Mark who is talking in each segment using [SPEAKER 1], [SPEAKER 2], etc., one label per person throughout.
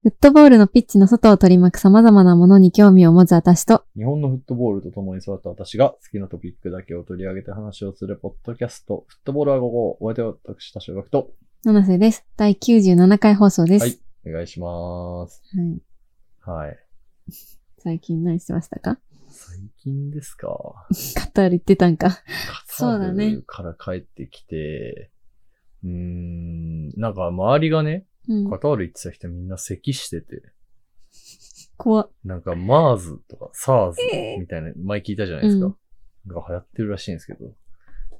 [SPEAKER 1] フットボールのピッチの外を取り巻く様々なものに興味を持つ私と、
[SPEAKER 2] 日本のフットボールと共に育った私が好きなトピックだけを取り上げて話をするポッドキャスト、フットボールは午後、お相手は私、田代学と、
[SPEAKER 1] 七瀬です。第97回放送です。
[SPEAKER 2] はいお願いします。
[SPEAKER 1] はい
[SPEAKER 2] はい。
[SPEAKER 1] 最近何してましたか
[SPEAKER 2] 最近ですか。
[SPEAKER 1] カタール行ってたんか。そうだね
[SPEAKER 2] カタールから帰ってきて、うーん、なんか周りがね、
[SPEAKER 1] うん
[SPEAKER 2] カ。タール行ってた人みんな咳してて、
[SPEAKER 1] 怖っ
[SPEAKER 2] なんか MERS とか SARS
[SPEAKER 1] えー
[SPEAKER 2] みたいな、前聞いたじゃないですか。
[SPEAKER 1] うん
[SPEAKER 2] が流行ってるらしいんですけど、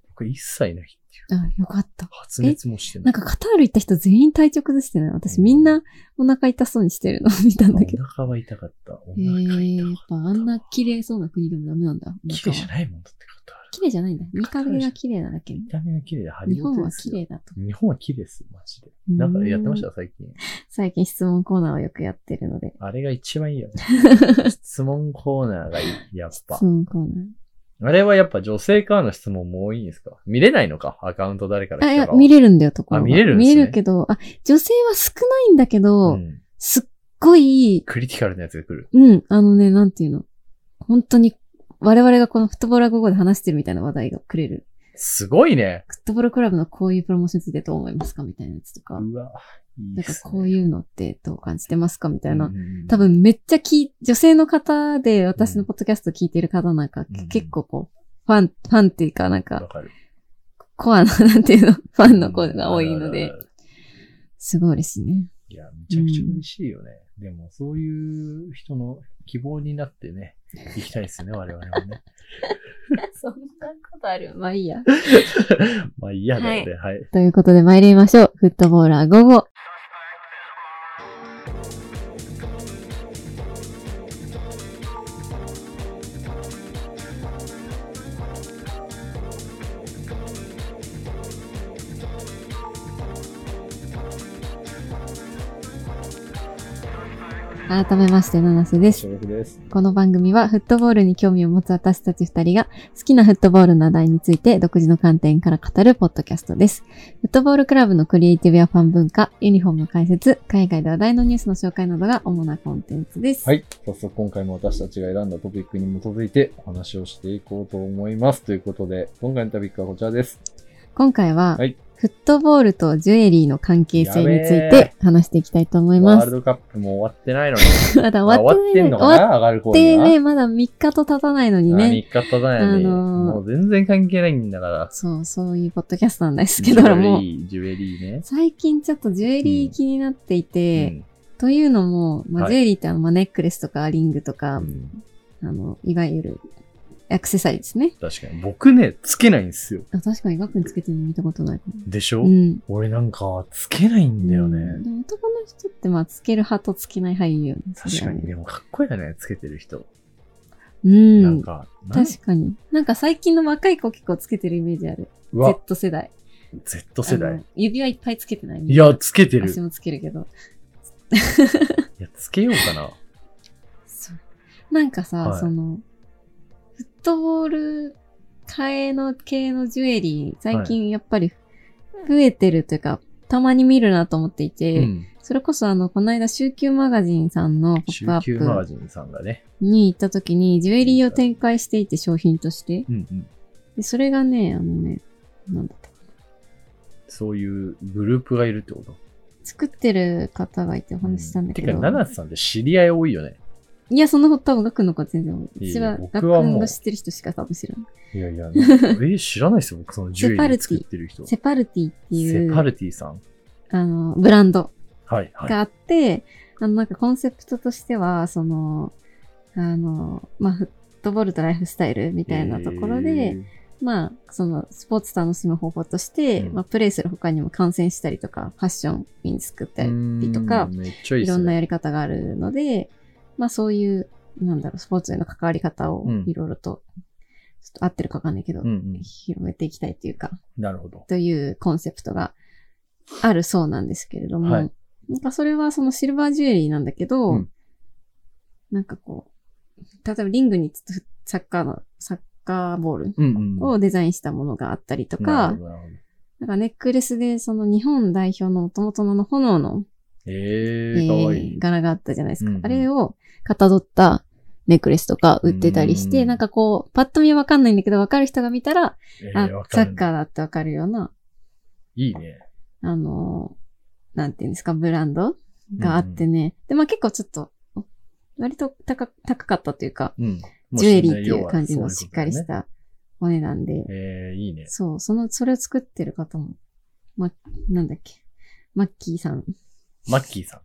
[SPEAKER 2] 僕一切ないっていう。
[SPEAKER 1] あ、よかった。
[SPEAKER 2] 発熱もしてな
[SPEAKER 1] ないん。かカタール行った人全員体調崩してない。私みんなお腹痛そうにしてるの 見たんだけど。
[SPEAKER 2] お腹は痛かった。お
[SPEAKER 1] ええ
[SPEAKER 2] 腹痛かった。
[SPEAKER 1] やっぱあんな綺麗そうな国でもダメなんだ。
[SPEAKER 2] 綺麗じゃ
[SPEAKER 1] い
[SPEAKER 2] ないもんだってカタール。
[SPEAKER 1] 綺麗じゃないんだ。見かけが綺麗なだけ。
[SPEAKER 2] 見た目が綺麗でハリ
[SPEAKER 1] 日
[SPEAKER 2] ウッ
[SPEAKER 1] 本
[SPEAKER 2] ド
[SPEAKER 1] は
[SPEAKER 2] です
[SPEAKER 1] 綺
[SPEAKER 2] よ
[SPEAKER 1] 麗だと。
[SPEAKER 2] 日本は綺麗です、マジで。なんかやってました、最近。
[SPEAKER 1] 最近質問コーナーをよくやってるので。
[SPEAKER 2] あれが一番いいよね。質問コーナーがいい、やっ ぱ
[SPEAKER 1] 質。問コーナー。
[SPEAKER 2] あれはやっぱ女性からの質問も多いんですか見れないのかアカウント誰から
[SPEAKER 1] あ、い
[SPEAKER 2] 来た
[SPEAKER 1] や、
[SPEAKER 2] かは。
[SPEAKER 1] 見れるんだよ、ところが。
[SPEAKER 2] あ見れるんですね
[SPEAKER 1] 見れるけど、あ、女性は少ないんだけど、
[SPEAKER 2] うん
[SPEAKER 1] すっごい、
[SPEAKER 2] クリティカルなやつが来る。
[SPEAKER 1] うん、あのね、なんていうの。本当に、我々がこのフットボール午後で話してるみたいな話題がくれる。
[SPEAKER 2] すごいね。
[SPEAKER 1] フットボールクラブのこういうプロモーションについてどう思いますかみたいなやつとか。
[SPEAKER 2] うわ、いい
[SPEAKER 1] なん
[SPEAKER 2] っ
[SPEAKER 1] か
[SPEAKER 2] すね。
[SPEAKER 1] こういうのってどう感じてますかみたいな。
[SPEAKER 2] うん
[SPEAKER 1] 多、分めっちゃき、女性の方で私のポッドキャスト聞いてる方なんか、
[SPEAKER 2] うん
[SPEAKER 1] 結構こう、ファン、ファンっていうかなん
[SPEAKER 2] わ
[SPEAKER 1] か、
[SPEAKER 2] かる。
[SPEAKER 1] コアな、なんていうの、ファンの声が多いの
[SPEAKER 2] うん
[SPEAKER 1] で、。すごい嬉しいね。
[SPEAKER 2] いや、めちゃくちゃ嬉しいよね。でも、そういう人の希望になってね、行きたいです ね、我々もね。
[SPEAKER 1] そんなことあるまあいいや。
[SPEAKER 2] まあ、嫌だよね。はい。
[SPEAKER 1] ということで参りましょう。フットボーラー午後。改めまして、七瀬です。
[SPEAKER 2] 小学です。
[SPEAKER 1] この番組はフットボールに興味を持つ私たち二人が好きなフットボールの話題について独自の観点から語るポッドキャストです。フットボールクラブのクリエイティブやファン文化、ユニフォームの解説、海外で話題のニュースの紹介などが主なコンテンツです。
[SPEAKER 2] はい。早速、今回も私たちが選んだトピックに基づいてお話をしていこうと思います。ということで、今回のトピックはこちらです。
[SPEAKER 1] 今回は、
[SPEAKER 2] はい
[SPEAKER 1] フットボールとジュエリーの関係性につい
[SPEAKER 2] やべ
[SPEAKER 1] て話していきたいと思い
[SPEAKER 2] ワ
[SPEAKER 1] ま
[SPEAKER 2] ー
[SPEAKER 1] す。
[SPEAKER 2] ルドカップも終わってないのに。
[SPEAKER 1] まだ終わってない
[SPEAKER 2] あ終わってん
[SPEAKER 1] ね。
[SPEAKER 2] の
[SPEAKER 1] 終
[SPEAKER 2] か
[SPEAKER 1] わっ
[SPEAKER 2] な上がる頃に
[SPEAKER 1] て
[SPEAKER 2] は。
[SPEAKER 1] ね、まだ3日と経たないのにね。
[SPEAKER 2] あ3日経たないのに、
[SPEAKER 1] あのー
[SPEAKER 2] もう全然関係ないんだから。
[SPEAKER 1] そう、そういうポッドキャストなんですけども、
[SPEAKER 2] ジュエリー、ジュエリーね。
[SPEAKER 1] 最近ちょっとジュエリー気になっていて、
[SPEAKER 2] うん
[SPEAKER 1] というのも、ま
[SPEAKER 2] は
[SPEAKER 1] あ、
[SPEAKER 2] い
[SPEAKER 1] ジュエリーってあの、まあ、ネックレスとかリングとか、
[SPEAKER 2] うん
[SPEAKER 1] あの、いわゆるアクセサリーですね。
[SPEAKER 2] 確かに。僕ね、つけないんですよ。
[SPEAKER 1] あ確かにガクにつけてるの見たことないか
[SPEAKER 2] でしょ、
[SPEAKER 1] も。うん。
[SPEAKER 2] 俺なんか、つけないんだよね。
[SPEAKER 1] うんでも男の人って、まあ、つける派とつけない派いるよね。
[SPEAKER 2] 確
[SPEAKER 1] そ
[SPEAKER 2] か
[SPEAKER 1] れは
[SPEAKER 2] に。
[SPEAKER 1] ね。
[SPEAKER 2] でもかっこいいよね、つけてる人。
[SPEAKER 1] う
[SPEAKER 2] なん
[SPEAKER 1] ん。
[SPEAKER 2] か、なん
[SPEAKER 1] 確かに。なんか最近の若い子結構つけてるイメージある。
[SPEAKER 2] うわ、
[SPEAKER 1] Z 世代。
[SPEAKER 2] Z 世
[SPEAKER 1] あ
[SPEAKER 2] 代
[SPEAKER 1] の。。指輪いっぱいつけてない。
[SPEAKER 2] いや、、つけてる。
[SPEAKER 1] 私もつけるけど。
[SPEAKER 2] いや、つけようかな。
[SPEAKER 1] そう。なんかさ、
[SPEAKER 2] はい
[SPEAKER 1] その、フットボール替えの系のジュエリー、最近やっぱり増えてるというか、たまに見るなと思っていて、
[SPEAKER 2] うん。
[SPEAKER 1] それこそあの、この間、週休マガジンさんのポップア
[SPEAKER 2] 中級マガ
[SPEAKER 1] ップ
[SPEAKER 2] ジンさんがね。
[SPEAKER 1] に行った時に、ジュエリーを展開していて、商品として。
[SPEAKER 2] うんうん。
[SPEAKER 1] で、それがね、あのね、なんだったか
[SPEAKER 2] そういうグループがいるってこと。
[SPEAKER 1] 作ってる方がいてお話ししたんだけど。
[SPEAKER 2] てか、七瀬さんって知り合い多いよね。
[SPEAKER 1] いや、そんなこと多分、学の子は全然多い。
[SPEAKER 2] いい
[SPEAKER 1] 私は、学
[SPEAKER 2] 僕はもう
[SPEAKER 1] の知ってる人しか多分知らない。
[SPEAKER 2] いやいや、なん かえー、知らないですよ、僕、そのジュエリー作ってる人。
[SPEAKER 1] セパルティってい
[SPEAKER 2] セパ
[SPEAKER 1] う、
[SPEAKER 2] ルティさん。
[SPEAKER 1] あの、ブランド。
[SPEAKER 2] はい、はい。
[SPEAKER 1] があって、あの、なんかコンセプトとしては、その、あの、まあ、フットボールとライフスタイルみたいなところで、
[SPEAKER 2] へー、
[SPEAKER 1] まあ、その、スポーツ楽しむ方法として、
[SPEAKER 2] うん
[SPEAKER 1] まあ、プレイする他にも観戦したりとか、ファッションに作ったり、
[SPEAKER 2] り
[SPEAKER 1] とか
[SPEAKER 2] めっちゃいい
[SPEAKER 1] い
[SPEAKER 2] っすね。
[SPEAKER 1] ろんなやり方があるので、まあ、そういう、なんだろう、スポーツへの関わり方を
[SPEAKER 2] うん、
[SPEAKER 1] いろいろと、ちょっと合ってるかわかんないけど、
[SPEAKER 2] うんうん。
[SPEAKER 1] 広めていきたいというか、
[SPEAKER 2] なるほど。
[SPEAKER 1] というコンセプトがあるそうなんですけれども、
[SPEAKER 2] はい
[SPEAKER 1] なんかそれはそのシルバージュエリーなんだけど、
[SPEAKER 2] うん
[SPEAKER 1] なんかこう、例えばリングにつサッカーの、サッカーボール
[SPEAKER 2] うんうん。
[SPEAKER 1] をデザインしたものがあったりと
[SPEAKER 2] な
[SPEAKER 1] か、
[SPEAKER 2] るほどなるほど
[SPEAKER 1] なんかネックレスでその日本代表の元々のあの炎の
[SPEAKER 2] え
[SPEAKER 1] え
[SPEAKER 2] え、
[SPEAKER 1] ー
[SPEAKER 2] かわいい。
[SPEAKER 1] 柄があったじゃないですか。
[SPEAKER 2] うんうん
[SPEAKER 1] あれをかたどったネックレスとか売ってたりして、
[SPEAKER 2] うん
[SPEAKER 1] なんかこう、パッと見わかんないんだけど、わかる人が見たら、
[SPEAKER 2] え
[SPEAKER 1] あ
[SPEAKER 2] ー、わ、
[SPEAKER 1] サ
[SPEAKER 2] かる
[SPEAKER 1] ッカーだってわかるような、
[SPEAKER 2] いいね。
[SPEAKER 1] あのーなんていうんですか、ブランドがあってね。で、まあ結構ちょっと、割と高く高かったというか、
[SPEAKER 2] うん。
[SPEAKER 1] ジュエリーっていう感じの
[SPEAKER 2] もう
[SPEAKER 1] し
[SPEAKER 2] 信
[SPEAKER 1] っかり
[SPEAKER 2] 頼
[SPEAKER 1] し
[SPEAKER 2] 度は
[SPEAKER 1] たお値段で
[SPEAKER 2] そういうことだよね。ええ、いいね。
[SPEAKER 1] そう、その、それを作ってる方も、ま、なんだっけ、マッキーさん、
[SPEAKER 2] マッキーさん。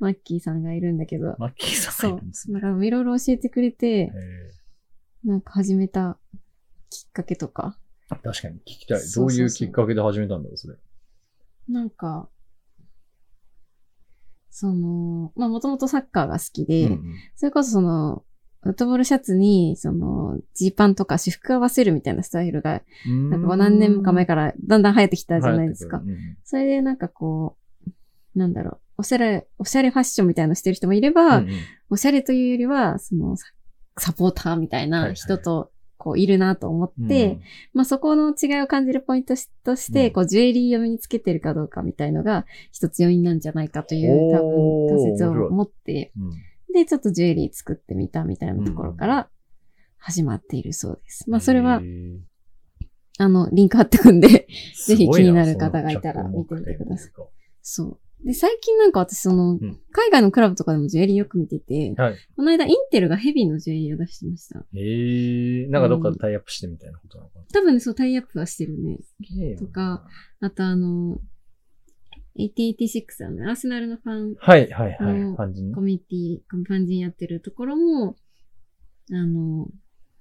[SPEAKER 1] マッキーさんがいるんだけど、
[SPEAKER 2] マッキーさん
[SPEAKER 1] そ
[SPEAKER 2] がいうるんで、す
[SPEAKER 1] な
[SPEAKER 2] ね。
[SPEAKER 1] んかいろいろ教えてくれて
[SPEAKER 2] え、
[SPEAKER 1] なんか始めたきっかけとか、
[SPEAKER 2] ー確かに聞きたい。
[SPEAKER 1] そ
[SPEAKER 2] ど
[SPEAKER 1] うそう
[SPEAKER 2] う
[SPEAKER 1] そう
[SPEAKER 2] いうきっかけで始めたんだろう、それ。
[SPEAKER 1] なんか、その、まあもともとサッカーが好きで、
[SPEAKER 2] うんうん
[SPEAKER 1] それこそその、フットボールシャツに、その、ジーパンとか私服合わせるみたいなスタイルが、なんかもう何年か前か
[SPEAKER 2] か
[SPEAKER 1] らだんだん流行ってきたじゃないですか。
[SPEAKER 2] うんうん
[SPEAKER 1] それでなんかこう、なんだろう、おしゃれ、おしゃれファッションみたいなのしてる人もいれば、
[SPEAKER 2] うんうん
[SPEAKER 1] おしゃれというよりは、その、ササポーターみたい
[SPEAKER 2] はいは
[SPEAKER 1] ない人と、こう、いるなと思って、
[SPEAKER 2] うん
[SPEAKER 1] まあそこの違いを感じるポイントしとして、
[SPEAKER 2] うん
[SPEAKER 1] こう、ジュエリーを身につけてるかどうかみたいのが、一つ要因なんじゃないかという、
[SPEAKER 2] お
[SPEAKER 1] 多
[SPEAKER 2] ー
[SPEAKER 1] 分、仮説を
[SPEAKER 2] 面白い
[SPEAKER 1] 持って、
[SPEAKER 2] うん
[SPEAKER 1] で、ちょっとジュエリー作ってみたみたいなところから、始まっているそうです。まあそれは
[SPEAKER 2] え、ー
[SPEAKER 1] あの、リンク貼ってくんで、
[SPEAKER 2] す
[SPEAKER 1] ひ
[SPEAKER 2] ごい
[SPEAKER 1] 気になる方がいたら
[SPEAKER 2] その
[SPEAKER 1] 見てみてください
[SPEAKER 2] 着目点と
[SPEAKER 1] そう。で、最近なんか私その、
[SPEAKER 2] ん
[SPEAKER 1] 海外のクラブとかでもジュエリーよく見てて
[SPEAKER 2] いう、かはい。
[SPEAKER 1] この間インテルがヘビーのジュエリーを出してました。
[SPEAKER 2] えー、なんかどっかでタイアップしてみたいなことなのかな。
[SPEAKER 1] 多分ね、そうタイアップはしてるね。とか。あとあの、8086あの、アーセナルのファン
[SPEAKER 2] はいはいはい。
[SPEAKER 1] うん
[SPEAKER 2] 感じね
[SPEAKER 1] コ。ミュニティ、ファン人やってるところも、あの、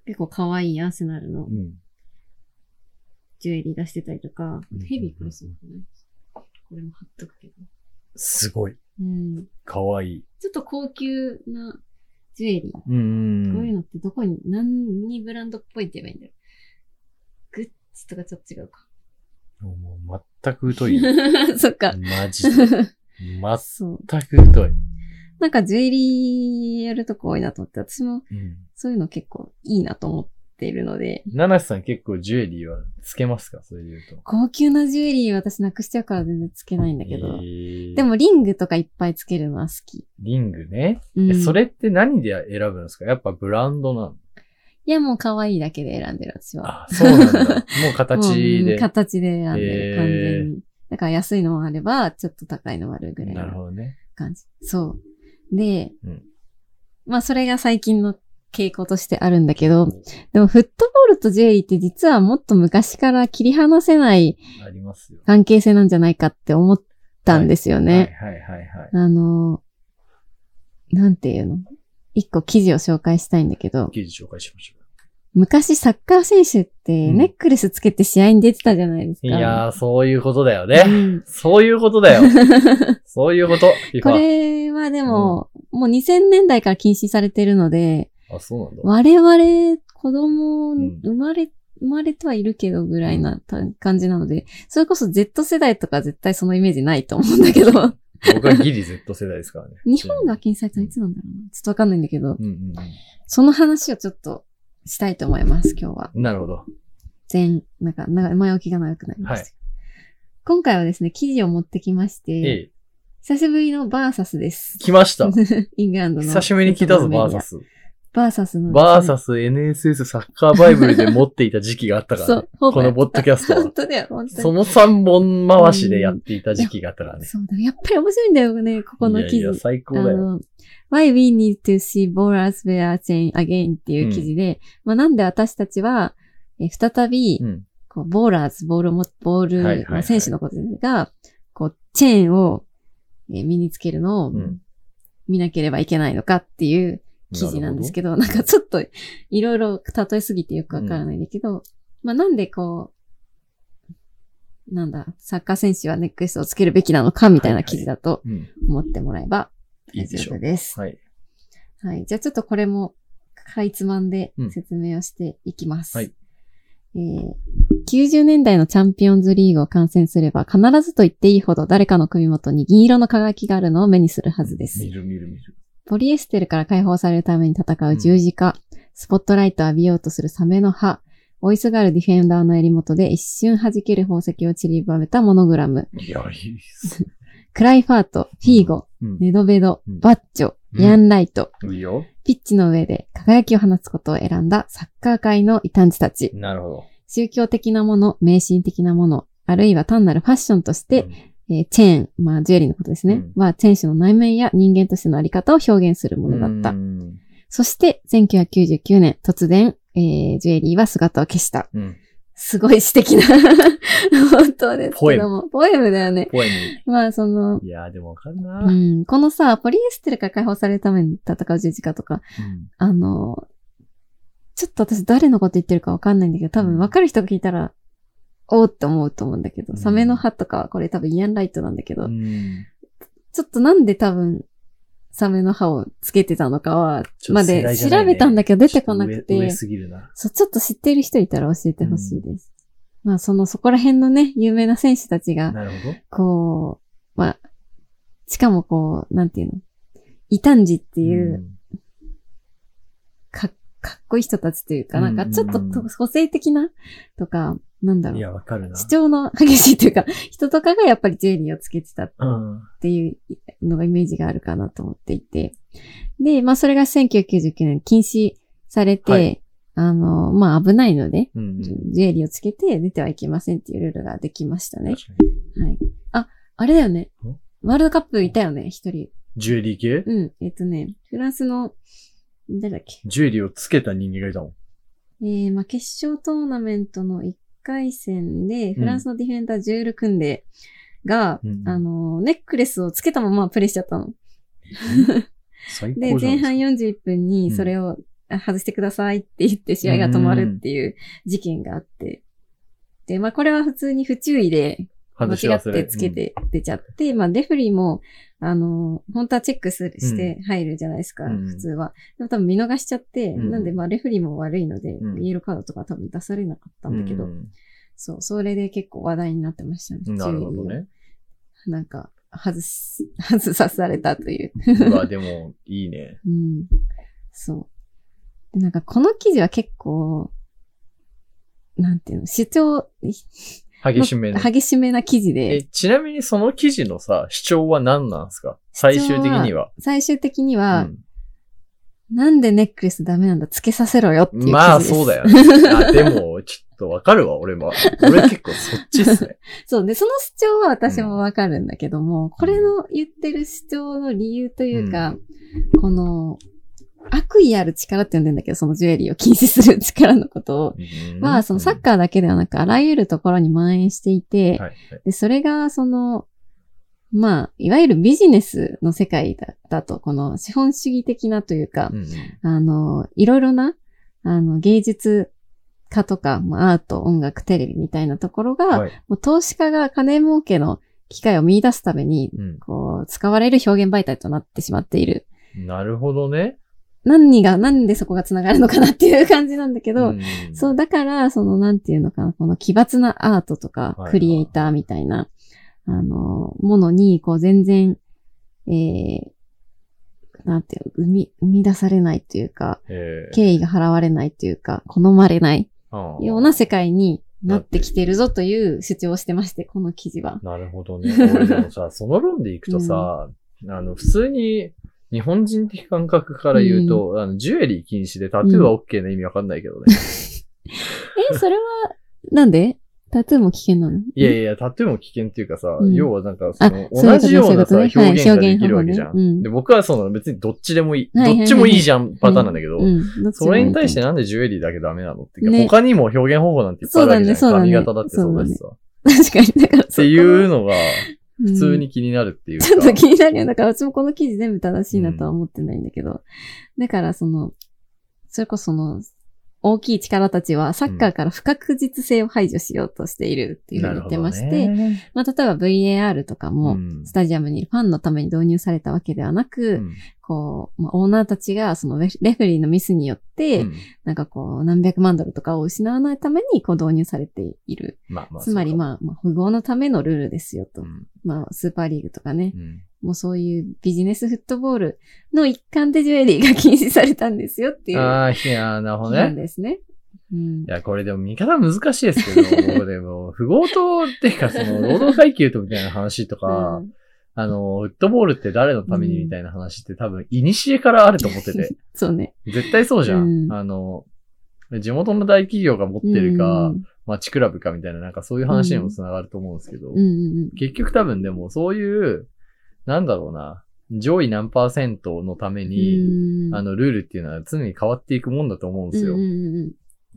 [SPEAKER 1] 結構可愛いアーセナルの
[SPEAKER 2] うん。
[SPEAKER 1] ジュエリー出してたりとか
[SPEAKER 2] うん、
[SPEAKER 1] ヘビーこれそうかな。これも貼っとくけど。
[SPEAKER 2] すごい。
[SPEAKER 1] うん。
[SPEAKER 2] かわいい。
[SPEAKER 1] ちょっと高級なジュエリー。
[SPEAKER 2] うんうん
[SPEAKER 1] こういう
[SPEAKER 2] うん。
[SPEAKER 1] のってどこに、何にブランドっぽいって言えばいいんだろう。グッチとかちょっと違うか。
[SPEAKER 2] もう全く疎い。
[SPEAKER 1] そっ か。
[SPEAKER 2] マジで。
[SPEAKER 1] そう。
[SPEAKER 2] 全く疎い。
[SPEAKER 1] なんかジュエリーやるとこ多いなと思って、私も
[SPEAKER 2] うん。
[SPEAKER 1] そういうの結構いいなと思っているので、
[SPEAKER 2] 七瀬さん結構ジュエリーはつけますかそれで言うと。
[SPEAKER 1] 高級なジュエリー私なくしちゃうから全然つけないんだけど
[SPEAKER 2] え、ー
[SPEAKER 1] で、もリングとかいっぱいつけるのは好き。
[SPEAKER 2] リングね。
[SPEAKER 1] う
[SPEAKER 2] え
[SPEAKER 1] ん、
[SPEAKER 2] それって何で選ぶんですかやっぱブランドなの
[SPEAKER 1] いやもう可愛いだけで選んでる私は。
[SPEAKER 2] あ、そうな んだ。もう
[SPEAKER 1] もう
[SPEAKER 2] 形
[SPEAKER 1] う
[SPEAKER 2] で
[SPEAKER 1] ん。形で選んでる、
[SPEAKER 2] えー
[SPEAKER 1] 完全に。だから安いのもあれば、ちょっと高いのもあるぐらい
[SPEAKER 2] なる
[SPEAKER 1] の
[SPEAKER 2] ほどね。
[SPEAKER 1] 感じ。そう。で、
[SPEAKER 2] うん
[SPEAKER 1] まあそれが最近の傾向としてあるんだけど、でもフットボールとジュエリーって実はもっと昔から切り離せない
[SPEAKER 2] ありますよ。
[SPEAKER 1] 関係性なんじゃないかって思ったんですよね。
[SPEAKER 2] はいはいはいはい。
[SPEAKER 1] あの、なんていうの一個記事を紹介したいんだけど、
[SPEAKER 2] 記事紹介しましょう。
[SPEAKER 1] 昔サッカー選手って
[SPEAKER 2] うん
[SPEAKER 1] ネックレスつけて試合に出てたじゃないですか。
[SPEAKER 2] いやー、そういうことだよ
[SPEAKER 1] う
[SPEAKER 2] ね。
[SPEAKER 1] ん
[SPEAKER 2] そういうこと だよ。そういうこと。
[SPEAKER 1] こ
[SPEAKER 2] FIFA
[SPEAKER 1] れはでも、もう2000年代から禁止されてるので、
[SPEAKER 2] あ、そうなんだ。
[SPEAKER 1] 我々、子供、
[SPEAKER 2] ん
[SPEAKER 1] 生まれ、生まれてはいるけどぐらいなた感じなので、それこそ Z 世代とか絶対そのイメージないと思うんだけど、
[SPEAKER 2] 僕はギリ Z 世代ですからね。
[SPEAKER 1] 日本が禁止されたのいつなんだろうな。ちょっとわかんないんだけど、
[SPEAKER 2] うんうん
[SPEAKER 1] その話をちょっとしたいと思います、今日は。
[SPEAKER 2] うん。なるほど。
[SPEAKER 1] 全、なんか、な前置きが長くなりました。
[SPEAKER 2] は
[SPEAKER 1] 今回はですね、記事を持ってきまして、
[SPEAKER 2] ええ、
[SPEAKER 1] 久しぶりのバーサスです。
[SPEAKER 2] 来 ました。
[SPEAKER 1] イングランドの。
[SPEAKER 2] 久しぶりに聞いたぞ、バーサ
[SPEAKER 1] ス。
[SPEAKER 2] ス。
[SPEAKER 1] バーサスの。
[SPEAKER 2] バーサス NSS サッカーバイブルで持っていた時期があったか
[SPEAKER 1] そ
[SPEAKER 2] らね
[SPEAKER 1] う。、ほぼ
[SPEAKER 2] このポッドキャストは
[SPEAKER 1] 本。当だよ、本当に。
[SPEAKER 2] その3本回しでやっていた時期があったからね。
[SPEAKER 1] そうだ。やっぱり面白いんだよね、ここの記
[SPEAKER 2] いやいや、
[SPEAKER 1] 事。
[SPEAKER 2] 最高
[SPEAKER 1] あ
[SPEAKER 2] だよ。
[SPEAKER 1] の、Why we need to see ballers wear chain again っていう記事で、まあなんで私たちは、え再び、
[SPEAKER 2] うん。
[SPEAKER 1] こう、ボーラーズ、ボールも、ボール、
[SPEAKER 2] はいはいはい
[SPEAKER 1] まあ選手のことが、こう、チェーンを、えー身につけるのを
[SPEAKER 2] うん
[SPEAKER 1] 見なければいけないのかっていう記事なんですけど、
[SPEAKER 2] る
[SPEAKER 1] なん
[SPEAKER 2] ほど
[SPEAKER 1] かちょっと、いろいろ例えすぎてよくわからないんだけど、まあなんでこう、なんだ、サッカー選手はネックレスをつけるべきなのかみたいな記事だと
[SPEAKER 2] うん。
[SPEAKER 1] 思ってもらえば
[SPEAKER 2] い
[SPEAKER 1] 大
[SPEAKER 2] いでし
[SPEAKER 1] 丈
[SPEAKER 2] ょ
[SPEAKER 1] 夫
[SPEAKER 2] う。
[SPEAKER 1] です。
[SPEAKER 2] はい。
[SPEAKER 1] はい。じゃあちょっとこれも、かいつまんで説明をしていきます。
[SPEAKER 2] うんはい
[SPEAKER 1] えー90年代のチャンピオンズリーグを観戦すれば、必ずと言っていいほど誰かの首元に銀色の輝きがあるのを目にするはずです
[SPEAKER 2] 見。る見る見る。
[SPEAKER 1] ポリエステルから解放されるために戦う十字架、スポットライトを浴びようとするサメの歯、追いすがるディフェンダーの襟元で一瞬弾ける宝石を散りばめたモノグラム、
[SPEAKER 2] いや、いいっす。
[SPEAKER 1] クライファート、フィーゴ、
[SPEAKER 2] うん。
[SPEAKER 1] ネドベド、
[SPEAKER 2] うん
[SPEAKER 1] バッチョ、
[SPEAKER 2] うん
[SPEAKER 1] ヤンライト、
[SPEAKER 2] いいよ。
[SPEAKER 1] ピッチの上で輝きを放つことを選んだサッカー界の異端児たち。
[SPEAKER 2] なるほど。
[SPEAKER 1] 宗教的なもの、迷信的なもの、あるいは単なるファッションとして、えーチェーン、まあジュエリーのことですね、は選手の内面や人間としてのあり方を表現する
[SPEAKER 2] う
[SPEAKER 1] もの
[SPEAKER 2] ん、
[SPEAKER 1] だった。
[SPEAKER 2] うん。
[SPEAKER 1] そして、1999年、突然、えージュエリーは姿を消した。
[SPEAKER 2] うん。
[SPEAKER 1] すごい詩的な 本当ですけども。ポエムだよね。
[SPEAKER 2] ポエム。
[SPEAKER 1] まあ、その、
[SPEAKER 2] いやー、でもわかるな。
[SPEAKER 1] う。ん、このさ、ポリエステルから解放されるために戦う十字架とか、あの、ちょっと私誰のこと言ってるかわかんないんだけど、多分わかる人が聞いたら、おーって思うと思うんだけど、
[SPEAKER 2] うん
[SPEAKER 1] サメの歯とかはこれ多分イアンライトなんだけど、
[SPEAKER 2] うん。
[SPEAKER 1] ちょっとなんで多分、サメの歯をつけてたのかは、
[SPEAKER 2] ちょっ
[SPEAKER 1] ま
[SPEAKER 2] と世代
[SPEAKER 1] で
[SPEAKER 2] じゃない
[SPEAKER 1] 調
[SPEAKER 2] ね
[SPEAKER 1] べたんだけど出てこなく
[SPEAKER 2] ちょっと上
[SPEAKER 1] て
[SPEAKER 2] 上、すぎるな。
[SPEAKER 1] そう、ちょっと知ってる人いたら教えてほしいです。まあ、その、そこら辺のね、有名な選手たちが、
[SPEAKER 2] なるほど。
[SPEAKER 1] こう、まあ、しかもこう、なんていうの、異端児っていう、か、かっこいい人たちというか、
[SPEAKER 2] うん
[SPEAKER 1] なんかちょっと
[SPEAKER 2] うん
[SPEAKER 1] と個性的な、とか、なんだ
[SPEAKER 2] うん。い
[SPEAKER 1] ろう。
[SPEAKER 2] や、わかるな。
[SPEAKER 1] 主張の 激しいというか、人とかがやっぱりジュエリーをつけてたっ
[SPEAKER 2] うん。
[SPEAKER 1] ていうのがイメージがあるかなと思っていて。で、まあそれが1999年禁止されて、
[SPEAKER 2] はい
[SPEAKER 1] あの、まあ危ないので、
[SPEAKER 2] うん。
[SPEAKER 1] ジュエリーをつけて出てはいけませんっていうルールができましたね。
[SPEAKER 2] 確かに
[SPEAKER 1] はい。あ、あれだよね
[SPEAKER 2] ん。
[SPEAKER 1] ワールドカップいたよね、一人。
[SPEAKER 2] ジュエリー系
[SPEAKER 1] うん。えっとね、フランスの、誰だっけ。
[SPEAKER 2] ジュエリーをつけた人間がいたもん。
[SPEAKER 1] えー、まあ、決勝トーナメントの1回戦で、
[SPEAKER 2] ん
[SPEAKER 1] フランスのディフェンダージュール・クンデが、
[SPEAKER 2] うん
[SPEAKER 1] あのー、ネックレスをつけたままプレイしちゃったの。
[SPEAKER 2] 最
[SPEAKER 1] で、
[SPEAKER 2] 高じゃ
[SPEAKER 1] 前
[SPEAKER 2] な
[SPEAKER 1] 半
[SPEAKER 2] いで
[SPEAKER 1] 41分にそれをあ外してくださいって言って試合が止まるっていう事件があって。で、まあ、これは普通に不注意で、
[SPEAKER 2] すか。
[SPEAKER 1] 間
[SPEAKER 2] 外し
[SPEAKER 1] 違
[SPEAKER 2] 忘
[SPEAKER 1] っ
[SPEAKER 2] れ
[SPEAKER 1] てつけ。て出ちゃって、まあ、レフェリーも、あの、本当はチェックするして入るじゃないですか、
[SPEAKER 2] うん
[SPEAKER 1] 普通は。でも多分見逃しちゃって、
[SPEAKER 2] うん
[SPEAKER 1] なんで、まあ、レフェリーも悪いので、
[SPEAKER 2] うん
[SPEAKER 1] イエローカードとか多分出されなかった
[SPEAKER 2] うん
[SPEAKER 1] んだけど、
[SPEAKER 2] うん
[SPEAKER 1] そう、それで結構話題になってましたね。
[SPEAKER 2] なるほど
[SPEAKER 1] 注意
[SPEAKER 2] ね。
[SPEAKER 1] をなんか、外す、 外さされたという。
[SPEAKER 2] うわ、でも、いいね。
[SPEAKER 1] うん。そう。で、なんか、この記事は結構、なんていうの、主張、
[SPEAKER 2] 激しめの。
[SPEAKER 1] 激しめな記事で
[SPEAKER 2] え、、ちなみにその記事のさ、主張は何なんですか最終的には。
[SPEAKER 1] 最終的に
[SPEAKER 2] う
[SPEAKER 1] は、
[SPEAKER 2] ん
[SPEAKER 1] なんでネックレスダメなんだつけさせろよっていう記事です。
[SPEAKER 2] まあ、そうだ よ。ね。あでも、ちょっとわかるわ、俺は。俺結構そっちっすね。
[SPEAKER 1] そう。で、その主張は私もわかるんだけども、これの言ってる主張の理由というか、この、悪意ある力って呼んでんだけど、そのジュエリーを禁止する力のことを。
[SPEAKER 2] うん
[SPEAKER 1] まあ、そのサッカーだけではなく、あらゆるところに蔓延していて、
[SPEAKER 2] はいはい
[SPEAKER 1] で、それが、その、まあ、いわゆるビジネスの世界だだと、この資本主義的なというか、
[SPEAKER 2] うん
[SPEAKER 1] あの、いろいろな、あの、芸術家とか、まあアート、音楽、テレビみたいなところが、
[SPEAKER 2] うんはい
[SPEAKER 1] もう投資家が金儲けの機会を見出すために、
[SPEAKER 2] う
[SPEAKER 1] こう、使われる表現媒体となってしまっている。
[SPEAKER 2] んなるほどね。
[SPEAKER 1] 何が、なんでそこが繋がるのかなっていう感じなんだけど、
[SPEAKER 2] ん
[SPEAKER 1] そう、だから、その、なんていうのかな、この奇抜なアートとか
[SPEAKER 2] はいは、い
[SPEAKER 1] クリエイターみたいな、あの、ものに、こう、全然、えー、なんていうの、生み、生み出されないというか、
[SPEAKER 2] えー
[SPEAKER 1] 敬意が払われないというか、好まれない
[SPEAKER 2] うん
[SPEAKER 1] ような世界になってきてるぞという主張をしてまして、この記事 は。
[SPEAKER 2] なるほどね。俺でもさ、その論でいくとさ、あの、普通に、日本人的感覚から言うと、あの、ジュエリー禁止でタトゥーは OK の意味わかんないけどね。
[SPEAKER 1] え、それは、なんでタトゥーも危険なの
[SPEAKER 2] いやいや、タトゥーも危険っていうかさ、
[SPEAKER 1] ん
[SPEAKER 2] 要はなんか、その、
[SPEAKER 1] そういうことね
[SPEAKER 2] 同じようなさ、
[SPEAKER 1] そういう
[SPEAKER 2] 表
[SPEAKER 1] ことね
[SPEAKER 2] 現ができるわけじゃ。
[SPEAKER 1] はい表現方法ねうんん
[SPEAKER 2] で、僕はその、別にどっちでもいい、
[SPEAKER 1] はいはいはい
[SPEAKER 2] どっちもいいじゃんパターンなんだけど、
[SPEAKER 1] うん。どっちで
[SPEAKER 2] そ
[SPEAKER 1] もい
[SPEAKER 2] れ
[SPEAKER 1] い
[SPEAKER 2] に対してなんでジュエリーだけダメなのって、
[SPEAKER 1] ね
[SPEAKER 2] 他にも表現方法なんていっぱいあるわけじゃない、
[SPEAKER 1] そうだ
[SPEAKER 2] 髪
[SPEAKER 1] ねそうだね
[SPEAKER 2] 型だってそうだしさ。
[SPEAKER 1] 確かに、だから
[SPEAKER 2] っていうのが、
[SPEAKER 1] 普
[SPEAKER 2] 普通に気になるっていうか。
[SPEAKER 1] ちょっと気になるよ。だから、うちもこの記事全部正しいなとは思ってないんだけど。だから、その、それこそその、大きい力たちはサッカーから不確実性を排除しようとしているっていうふうに言ってまして、
[SPEAKER 2] なるほどね
[SPEAKER 1] まあ、例えば VAR とかも、
[SPEAKER 2] うん
[SPEAKER 1] スタジアムにいるファンのために導入されたわけではなく、
[SPEAKER 2] うん
[SPEAKER 1] こう、まあ、オーナーたちが、そのレフレフェリーのミスによって、
[SPEAKER 2] うん
[SPEAKER 1] なんかこう、何百万ドルとかを失わないために、こう導入されている。
[SPEAKER 2] まあまあ、
[SPEAKER 1] つまり、
[SPEAKER 2] あ、
[SPEAKER 1] まあ、まあ、不合のためのルールですよと。
[SPEAKER 2] うん
[SPEAKER 1] まあ、スーパーリーグとかね、
[SPEAKER 2] うん
[SPEAKER 1] もうそういうビジネスフットボールの一環でジュエリーが禁止されたんですよっていう。
[SPEAKER 2] ああ、いやー、なるほど
[SPEAKER 1] なん
[SPEAKER 2] ね。
[SPEAKER 1] ですね。うん
[SPEAKER 2] い。や、これでも見方難し いですけど、もうでも、不合とっていうか、その、労働階級とみたいな話とか、
[SPEAKER 1] うん
[SPEAKER 2] あの、フットボールって誰のためにみたいな話って多分、いにしえからあると思ってて。
[SPEAKER 1] そうね。
[SPEAKER 2] 絶対そうじゃん。
[SPEAKER 1] うん
[SPEAKER 2] あの、地元の大企業が持ってるか、
[SPEAKER 1] うん
[SPEAKER 2] 街クラブかみたいな、なんかそういう話にもつながると思うんですけど、
[SPEAKER 1] うんうん
[SPEAKER 2] 結局多分でもそういう、なんだろうな、上位何パーセントのため
[SPEAKER 1] うん。
[SPEAKER 2] に、
[SPEAKER 1] うん
[SPEAKER 2] あの、ルールっていうのは常に変わっていくもんだと思うんですよ。
[SPEAKER 1] うんうんうん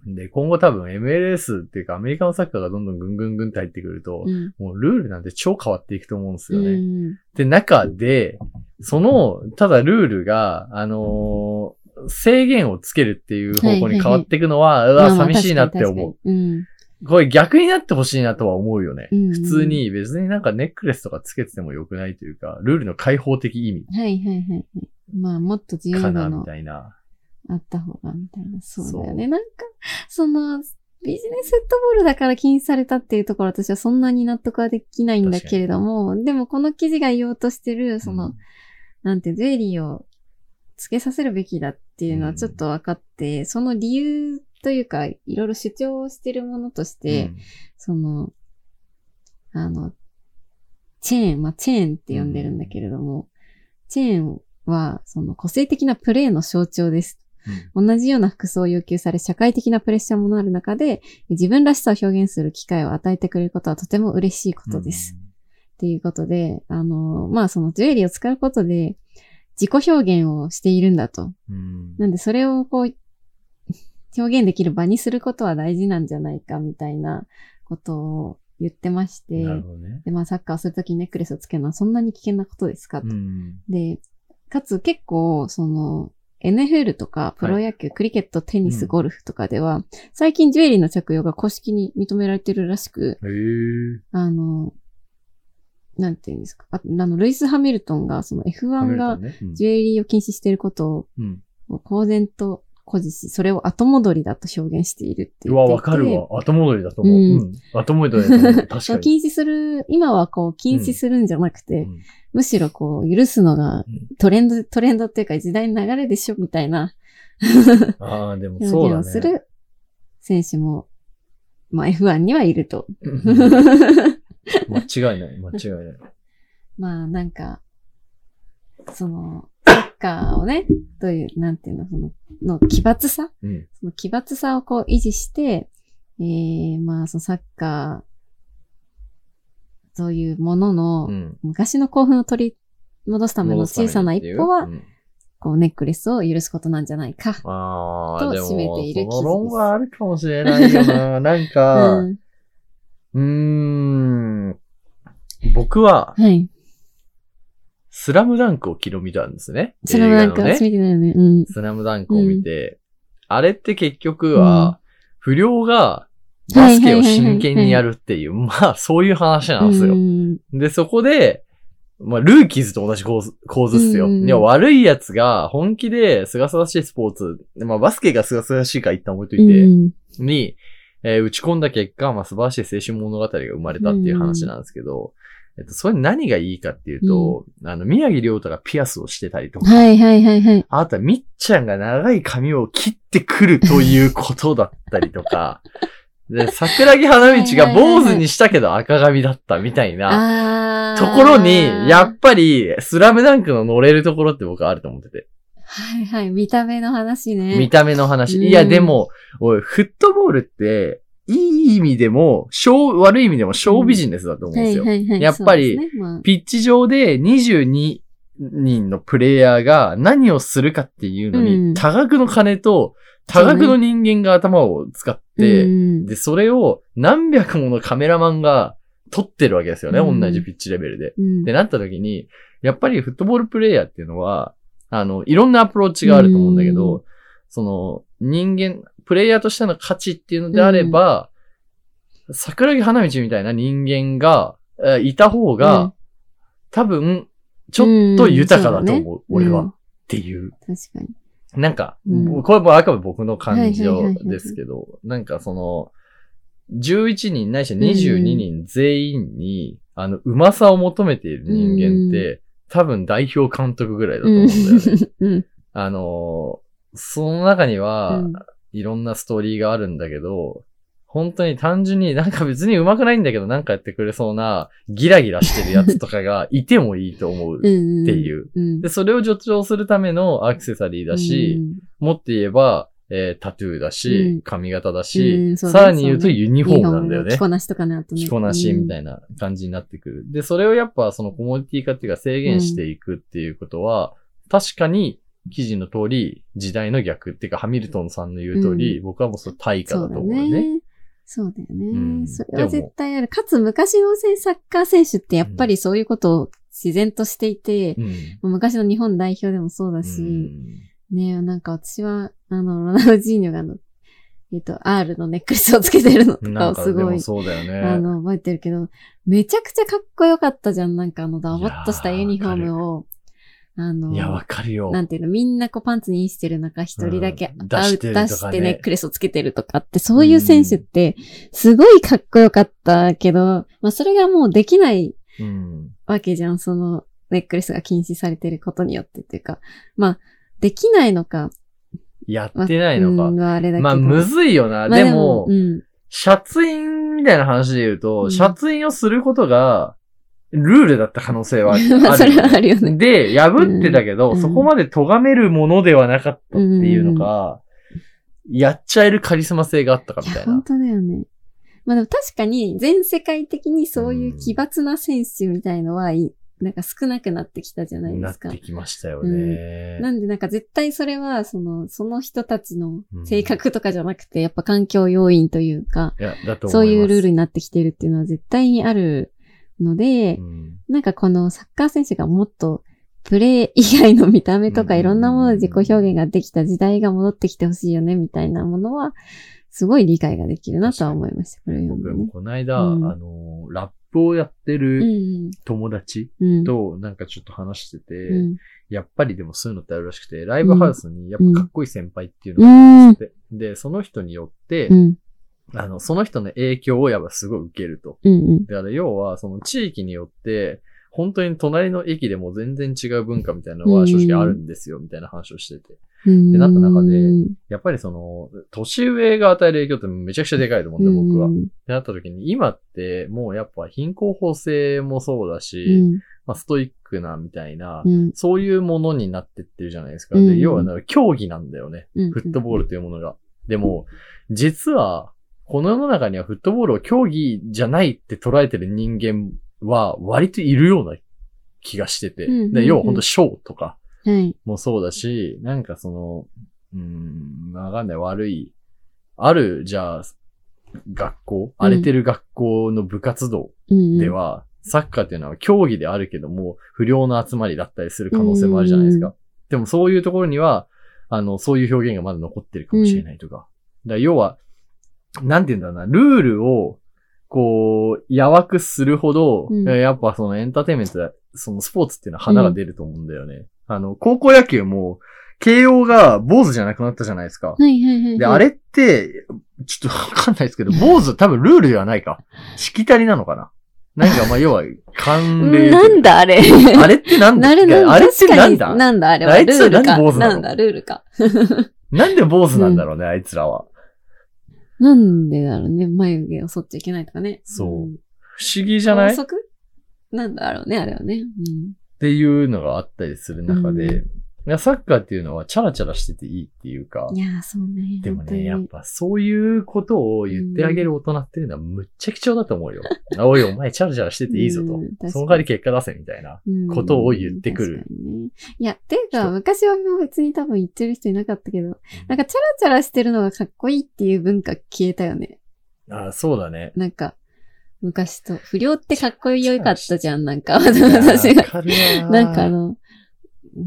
[SPEAKER 2] で、今後多分 MLS っていうかアメリカのサッカーがどんどんぐんぐんぐんって入ってくると、
[SPEAKER 1] うん
[SPEAKER 2] もうルールなんて超変わっていくと思うんです
[SPEAKER 1] う
[SPEAKER 2] よ
[SPEAKER 1] ん
[SPEAKER 2] ね。
[SPEAKER 1] うん
[SPEAKER 2] で、中で、その、ただルールが、あのー制限をつけるっていう方向に変わっていくのは、う
[SPEAKER 1] まあ
[SPEAKER 2] わ、
[SPEAKER 1] まあ
[SPEAKER 2] 寂しいなって思う
[SPEAKER 1] 確。かに確かに
[SPEAKER 2] これ逆になってほしいなとは思うよね。
[SPEAKER 1] うん
[SPEAKER 2] 普通に別になんかネックレスとかつけてても良くないというか、ルールの開放的意味
[SPEAKER 1] うん。はいはいはいはい。まあ、もっと自由
[SPEAKER 2] か
[SPEAKER 1] な
[SPEAKER 2] な、
[SPEAKER 1] の
[SPEAKER 2] みたいな。
[SPEAKER 1] あった方が、みたいな。そうだよ
[SPEAKER 2] そ
[SPEAKER 1] ね。なんか、その、ビジネスフットボールだから禁止されたっていうところ私はそんなに納得はできないんだけれども、でもこの記事が言おうとしてる、その、
[SPEAKER 2] うん
[SPEAKER 1] なんて、ジュエリーをつけさせるべきだっていうの
[SPEAKER 2] う
[SPEAKER 1] は
[SPEAKER 2] ん
[SPEAKER 1] ちょっと分かって、その理由というか、いろいろ主張をしてるものとして、その、あの、チェーン、まあ、チェーンって呼んでるんだけれども、チェーンは、その個性的なプレーの象徴です。同じような服装を要求され、社会的なプレッシャーもある中で、自分らしさを表現する機会を与えてくれることはとても嬉しいこ
[SPEAKER 2] うん
[SPEAKER 1] とです。。っていうことで、あの、まあ、そのジュエリーを使うことで、自己表現をしているんだと。
[SPEAKER 2] うん
[SPEAKER 1] なんで、それをこう、表現できる場にすることは大事なんじゃないか、みたいなことを言ってまして、
[SPEAKER 2] なるほどね。
[SPEAKER 1] で、まあ、サッカーをするときにネックレスをつけるのはそんなに危険なことですかと。
[SPEAKER 2] うん
[SPEAKER 1] で、かつ結構、その、NFL とか、プロ野球、クリケット、テニ
[SPEAKER 2] う
[SPEAKER 1] ス、
[SPEAKER 2] ん
[SPEAKER 1] ゴルフとかでは、最近ジュエリーの着用が公式に認められてるらしく、
[SPEAKER 2] へえ。
[SPEAKER 1] あの、なんていうんですか、ああの、ルイス・ハミルトンが、その F1 が
[SPEAKER 2] ね、うん
[SPEAKER 1] ジュエリーを禁止していること
[SPEAKER 2] うん
[SPEAKER 1] を公然と誇示し、それを後戻りだと表現しているっていう。
[SPEAKER 2] うわ、わかるわ。後戻りだと思う。
[SPEAKER 1] うん
[SPEAKER 2] うん後戻りだと思 う。確か
[SPEAKER 1] そう
[SPEAKER 2] に。
[SPEAKER 1] 禁止する、今はこう、禁止するんじゃなくて、
[SPEAKER 2] うん
[SPEAKER 1] むしろこう、許すのが
[SPEAKER 2] うん
[SPEAKER 1] トレンド、トレンドっていうか時代の流れでしょみたいな
[SPEAKER 2] ああ、でもそ
[SPEAKER 1] 表現
[SPEAKER 2] うだ
[SPEAKER 1] を
[SPEAKER 2] ね。
[SPEAKER 1] す る選手も、まあ F1 にはいると。
[SPEAKER 2] うん間違いない、間違いない。
[SPEAKER 1] まあなんか、その、サッカーをね、という、なんていうの、その、の奇抜さ
[SPEAKER 2] うん
[SPEAKER 1] その奇抜さをこう維持して、えー、まあそのサッカー、というものの、
[SPEAKER 2] うん。
[SPEAKER 1] 昔の興奮を取り戻すための小さな一歩は
[SPEAKER 2] 戻すため、にっていううん
[SPEAKER 1] こうネックレスを許すことなんじゃないか。
[SPEAKER 2] あ
[SPEAKER 1] と
[SPEAKER 2] あ、でも、
[SPEAKER 1] 締めている記事です
[SPEAKER 2] その論はあるかもしれないよ な。なんか、
[SPEAKER 1] う
[SPEAKER 2] うんーん、僕は、
[SPEAKER 1] はい。
[SPEAKER 2] スラムダンクを昨日見たんですね。
[SPEAKER 1] それもなんか、
[SPEAKER 2] 映画の
[SPEAKER 1] 私
[SPEAKER 2] ね、
[SPEAKER 1] 見てないよね。うん。
[SPEAKER 2] スラムダンクを見て、あれって結局は、不良が、
[SPEAKER 1] いは
[SPEAKER 2] バ
[SPEAKER 1] いはいはい
[SPEAKER 2] スケを真剣にやるっていう、まあ、そういう話なんですよ
[SPEAKER 1] う。ん
[SPEAKER 2] で、そこで、まあ、ルーキーズと同じ構図構図っすよ。
[SPEAKER 1] うんうん
[SPEAKER 2] いや、悪い奴が本気で、すがすがしいスポーツ、まあ、バスケがすがすがしいから一旦置いといて、
[SPEAKER 1] うん
[SPEAKER 2] に、えー打ち込んだ結果、まあ、素晴らしい青春物語が生まれたっていう話なんですけど、えっと、それ何がいいかっていうと、あの、宮城亮太がピアスをしてたりとか、
[SPEAKER 1] はいはいはいはい。
[SPEAKER 2] あとはみっちゃんが長い髪を切ってくるということだったり とか、で、桜木花道が坊主にしたけど赤髪だったみたいな、
[SPEAKER 1] あ
[SPEAKER 2] ところに、や
[SPEAKER 1] っ
[SPEAKER 2] っぱり、スラムダンクの乗れるところって僕はあると思ってて。
[SPEAKER 1] はいはい。見た目の話ね。
[SPEAKER 2] 見た目の話。
[SPEAKER 1] うん
[SPEAKER 2] いや、でも、おい、フットボールって、いい意味でも、小、悪い意味でも、小ビジネスだと思うんですよ。
[SPEAKER 1] はいはいはい。
[SPEAKER 2] やっぱり
[SPEAKER 1] そうですねまあ
[SPEAKER 2] ピッチ上で22人のプレイヤーが何をするかっていうのに、
[SPEAKER 1] うん
[SPEAKER 2] 多額の金と、多額の人間が頭を使って、
[SPEAKER 1] うん
[SPEAKER 2] で、それを何百ものカメラマンが撮ってるわけですよね。
[SPEAKER 1] うん
[SPEAKER 2] 同じピッチレベルで。
[SPEAKER 1] うん
[SPEAKER 2] ってなった時に、やっぱりフットボールプレイヤーっていうのは、あの、いろんなアプローチがあると思うんだけ
[SPEAKER 1] う
[SPEAKER 2] ど、その、人間、プレイヤーとしての価値っていうのであれば、桜木花道みたいな人間が、えーいた方が、
[SPEAKER 1] うん
[SPEAKER 2] 多分、ちょっと豊かだと思う、
[SPEAKER 1] うん
[SPEAKER 2] 俺は、
[SPEAKER 1] うん
[SPEAKER 2] っていう。
[SPEAKER 1] 確かに。
[SPEAKER 2] なんか、
[SPEAKER 1] うん
[SPEAKER 2] これもあくまで僕の感
[SPEAKER 1] はいはいは
[SPEAKER 2] 情
[SPEAKER 1] いはい
[SPEAKER 2] ですけど、なんかその、11人ないし22人全員に、あの、うまさを求めている人間って、多分代表監督ぐらいだと思うんだよね。
[SPEAKER 1] うん。
[SPEAKER 2] あのー、その中には、
[SPEAKER 1] うん
[SPEAKER 2] いろんなストーリーがあるんだけど、本当に単純になんか別に上手くないんだけどなんかやってくれそうなギラギラしてるやつとかがいてもいいと思う
[SPEAKER 1] う
[SPEAKER 2] っ
[SPEAKER 1] ん。
[SPEAKER 2] ていう。
[SPEAKER 1] うん。
[SPEAKER 2] で、それを助長するためのアクセサリーだし、もっと言えば、えータトゥーだ
[SPEAKER 1] うん
[SPEAKER 2] し、髪型だし、
[SPEAKER 1] うんそうだね
[SPEAKER 2] さらに言うとユニ
[SPEAKER 1] 日
[SPEAKER 2] フォームなんだよね
[SPEAKER 1] 着。こなしとかね、あとね。
[SPEAKER 2] 着こなしみた
[SPEAKER 1] い
[SPEAKER 2] いな感じになってくる。で、それをやっぱそのコモディティ化っていうか制限していくっていうことは、確かに記事の通り、時代の逆っていうか、ハミルトンさんの言う通り、僕はもうそれ対価だと思う
[SPEAKER 1] そうだ
[SPEAKER 2] ね。
[SPEAKER 1] ね。そうだよね。
[SPEAKER 2] うん
[SPEAKER 1] それは絶対ある。かつ昔のせサッカー選手ってやっぱりそういうことを自然としていて、
[SPEAKER 2] うん
[SPEAKER 1] 昔の日本代表でもそうだ
[SPEAKER 2] う
[SPEAKER 1] し、
[SPEAKER 2] ん
[SPEAKER 1] ねなんか私は、あの、ロナウジーニョがあの、えっ、と、R のネックレスをつけてるのとか
[SPEAKER 2] な
[SPEAKER 1] を
[SPEAKER 2] んか
[SPEAKER 1] す
[SPEAKER 2] で
[SPEAKER 1] ご
[SPEAKER 2] も
[SPEAKER 1] い、
[SPEAKER 2] そうだよ
[SPEAKER 1] あ
[SPEAKER 2] ね。
[SPEAKER 1] の、覚えてるけど、めちゃくちゃかっこよかったじゃん。なんかあの、ダボっとしたユニフォームを、あの、
[SPEAKER 2] いや、わかるよ。
[SPEAKER 1] なんていうの、みんなこうパンツにインしてる中、一人だけ
[SPEAKER 2] うん
[SPEAKER 1] アウ
[SPEAKER 2] 出して
[SPEAKER 1] ト
[SPEAKER 2] ると
[SPEAKER 1] 出し
[SPEAKER 2] かね
[SPEAKER 1] てネックレスをつけてるとかって、そういう選手って、すごいかっこよかったけど、まあそれがもうできない
[SPEAKER 2] うん。
[SPEAKER 1] わけじゃん、そのネックレスが禁止されてることによってっていうか、まあ、できないのか、
[SPEAKER 2] や
[SPEAKER 1] まあ
[SPEAKER 2] ってないのか
[SPEAKER 1] うん、。はあれだけど。
[SPEAKER 2] まあ、むずいよな。
[SPEAKER 1] まあ
[SPEAKER 2] でも
[SPEAKER 1] う、ん。
[SPEAKER 2] シャツインみたいな話で言う
[SPEAKER 1] う
[SPEAKER 2] と、
[SPEAKER 1] ん
[SPEAKER 2] シャツインをすることが、ルールだった可能性はあるよね。
[SPEAKER 1] まあ、それはあるよね。
[SPEAKER 2] で、破ってたけど、
[SPEAKER 1] うん
[SPEAKER 2] そこまで咎めるものではなかったっていうのが、やっちゃえるカリスマ性があったか
[SPEAKER 1] い
[SPEAKER 2] みた
[SPEAKER 1] や、
[SPEAKER 2] いな
[SPEAKER 1] 本。当だよね。まあでも確かに全世界的にそういう奇抜な選手みたいのはい、なんか少なくなってきたじゃないで
[SPEAKER 2] なっ
[SPEAKER 1] すか。
[SPEAKER 2] てきましたよね。
[SPEAKER 1] なんでなんか絶対それは、その、その人たちの性格とかじゃなくて、やっぱ環境要因というか、
[SPEAKER 2] いや、だと思います。
[SPEAKER 1] そういうルールになってきてるっていうのは絶対にあるので、
[SPEAKER 2] うん
[SPEAKER 1] なんかこのサッカー選手がもっと、プレー以外の見た目とか
[SPEAKER 2] うん
[SPEAKER 1] いろんなもので自己表現ができた時代が戻ってきてほしいよね、みたいなものは、すごい理解ができるなとは思いました。これを読んで
[SPEAKER 2] 僕
[SPEAKER 1] ね
[SPEAKER 2] も。この間、
[SPEAKER 1] うん
[SPEAKER 2] あの、ラップをやってる友達
[SPEAKER 1] うん。うん。
[SPEAKER 2] となんかちょっと話してて、
[SPEAKER 1] うん。
[SPEAKER 2] やっぱりでもそういうのってあるらしくて、ライブハウスにやっぱかっこいい先輩っていう
[SPEAKER 1] う
[SPEAKER 2] のが
[SPEAKER 1] ん。
[SPEAKER 2] で、で、その人によって、
[SPEAKER 1] うん。
[SPEAKER 2] あの、その人の影響をやっぱすごい受けると。
[SPEAKER 1] うん。
[SPEAKER 2] だから要は、その地域によって、本当に隣の駅でも全然違う文化みたいなのは正直あるんですよ、みたいな話をしてて。
[SPEAKER 1] うん。
[SPEAKER 2] ってなった中で
[SPEAKER 1] うん、
[SPEAKER 2] やっぱりその、年上が与える影響ってめちゃくちゃでかいと思うんで、僕は。
[SPEAKER 1] う
[SPEAKER 2] っ
[SPEAKER 1] ん。
[SPEAKER 2] てなった時に、今ってもうやっぱ貧困法制もそうだし、
[SPEAKER 1] うん
[SPEAKER 2] まあストイックなみたいな、
[SPEAKER 1] うん。
[SPEAKER 2] そういうものになってってるじゃないですか。
[SPEAKER 1] うん
[SPEAKER 2] で、要はなんか競技なんだよね。
[SPEAKER 1] うん
[SPEAKER 2] フットボールというものが。でも、実は、この世の中にはフットボールを競技じゃないって捉えてる人間は割といるような気がしてて。
[SPEAKER 1] うんうんうん
[SPEAKER 2] で、要は本当ショーとか
[SPEAKER 1] はい。
[SPEAKER 2] もそうだし、なんかその、うーん、わかんない、悪い。ある、じゃあ、学校、荒れてる学校の部活動
[SPEAKER 1] うん。
[SPEAKER 2] では、サッカーっていうのは競技であるけども、不良の集まりだったりする可能性もあるじゃないです
[SPEAKER 1] う
[SPEAKER 2] か。でもそういうところには、あの、そういう表現がまだ残ってるかもしれないとか。だから要は、なんて言うんだろうな、ルールを、こう、やわくするほど、
[SPEAKER 1] うん
[SPEAKER 2] やっぱそのエンターテインメントだ、そのスポーツっていうのは花が出ると思うんだよね。あの、高校野球も、慶応が坊主じゃなくなったじゃないですか。
[SPEAKER 1] はいはいはいはい。
[SPEAKER 2] で、あれって、ちょっとわかんないですけど、坊主多分ルールではないか。しきたりなのかななんか、まあ、要は、
[SPEAKER 1] う
[SPEAKER 2] 慣
[SPEAKER 1] ん
[SPEAKER 2] 例。
[SPEAKER 1] なんだあれ。
[SPEAKER 2] あれってなんだ
[SPEAKER 1] なるなる。
[SPEAKER 2] あれってな
[SPEAKER 1] 確
[SPEAKER 2] ん
[SPEAKER 1] か
[SPEAKER 2] だ
[SPEAKER 1] になんだあれ
[SPEAKER 2] あ
[SPEAKER 1] は。
[SPEAKER 2] い
[SPEAKER 1] ル
[SPEAKER 2] つ
[SPEAKER 1] ール
[SPEAKER 2] な
[SPEAKER 1] か。
[SPEAKER 2] んで坊主なの
[SPEAKER 1] なんだ、ルールか。
[SPEAKER 2] なんで坊主なんだろうね、あいつらは。
[SPEAKER 1] なんでだろうね。眉毛を剃っちゃいけないとかね。。
[SPEAKER 2] そうん不思議じゃないっ
[SPEAKER 1] 法則なんだろうね、あれはね。うん。
[SPEAKER 2] ていうのがあったりする中で、
[SPEAKER 1] う
[SPEAKER 2] いやサッカーっていうのはチャラチャラしてていいっていうか、
[SPEAKER 1] いやー、そうね。
[SPEAKER 2] でも
[SPEAKER 1] 本当
[SPEAKER 2] ね、
[SPEAKER 1] に
[SPEAKER 2] やっぱそういうことを言ってあげる大人っていうのはむっちゃ貴重だと思うよ。 おいお前チャラチャラしてていいぞと
[SPEAKER 1] うん確か。に
[SPEAKER 2] その代わり結果出せみたいな。
[SPEAKER 1] うん
[SPEAKER 2] ことを言ってくる。
[SPEAKER 1] 確かにねいや、ていうか、
[SPEAKER 2] 人
[SPEAKER 1] 昔は別に多分言ってる人いなかったけど、なんかチャラチャラしてるのがかっこいいっていう文化消えたよね。
[SPEAKER 2] あそうだね。
[SPEAKER 1] なんか、昔と。不良ってかっこよかったじゃん、なんか。
[SPEAKER 2] いや
[SPEAKER 1] 私が
[SPEAKER 2] わ。かるわ
[SPEAKER 1] なんかあの、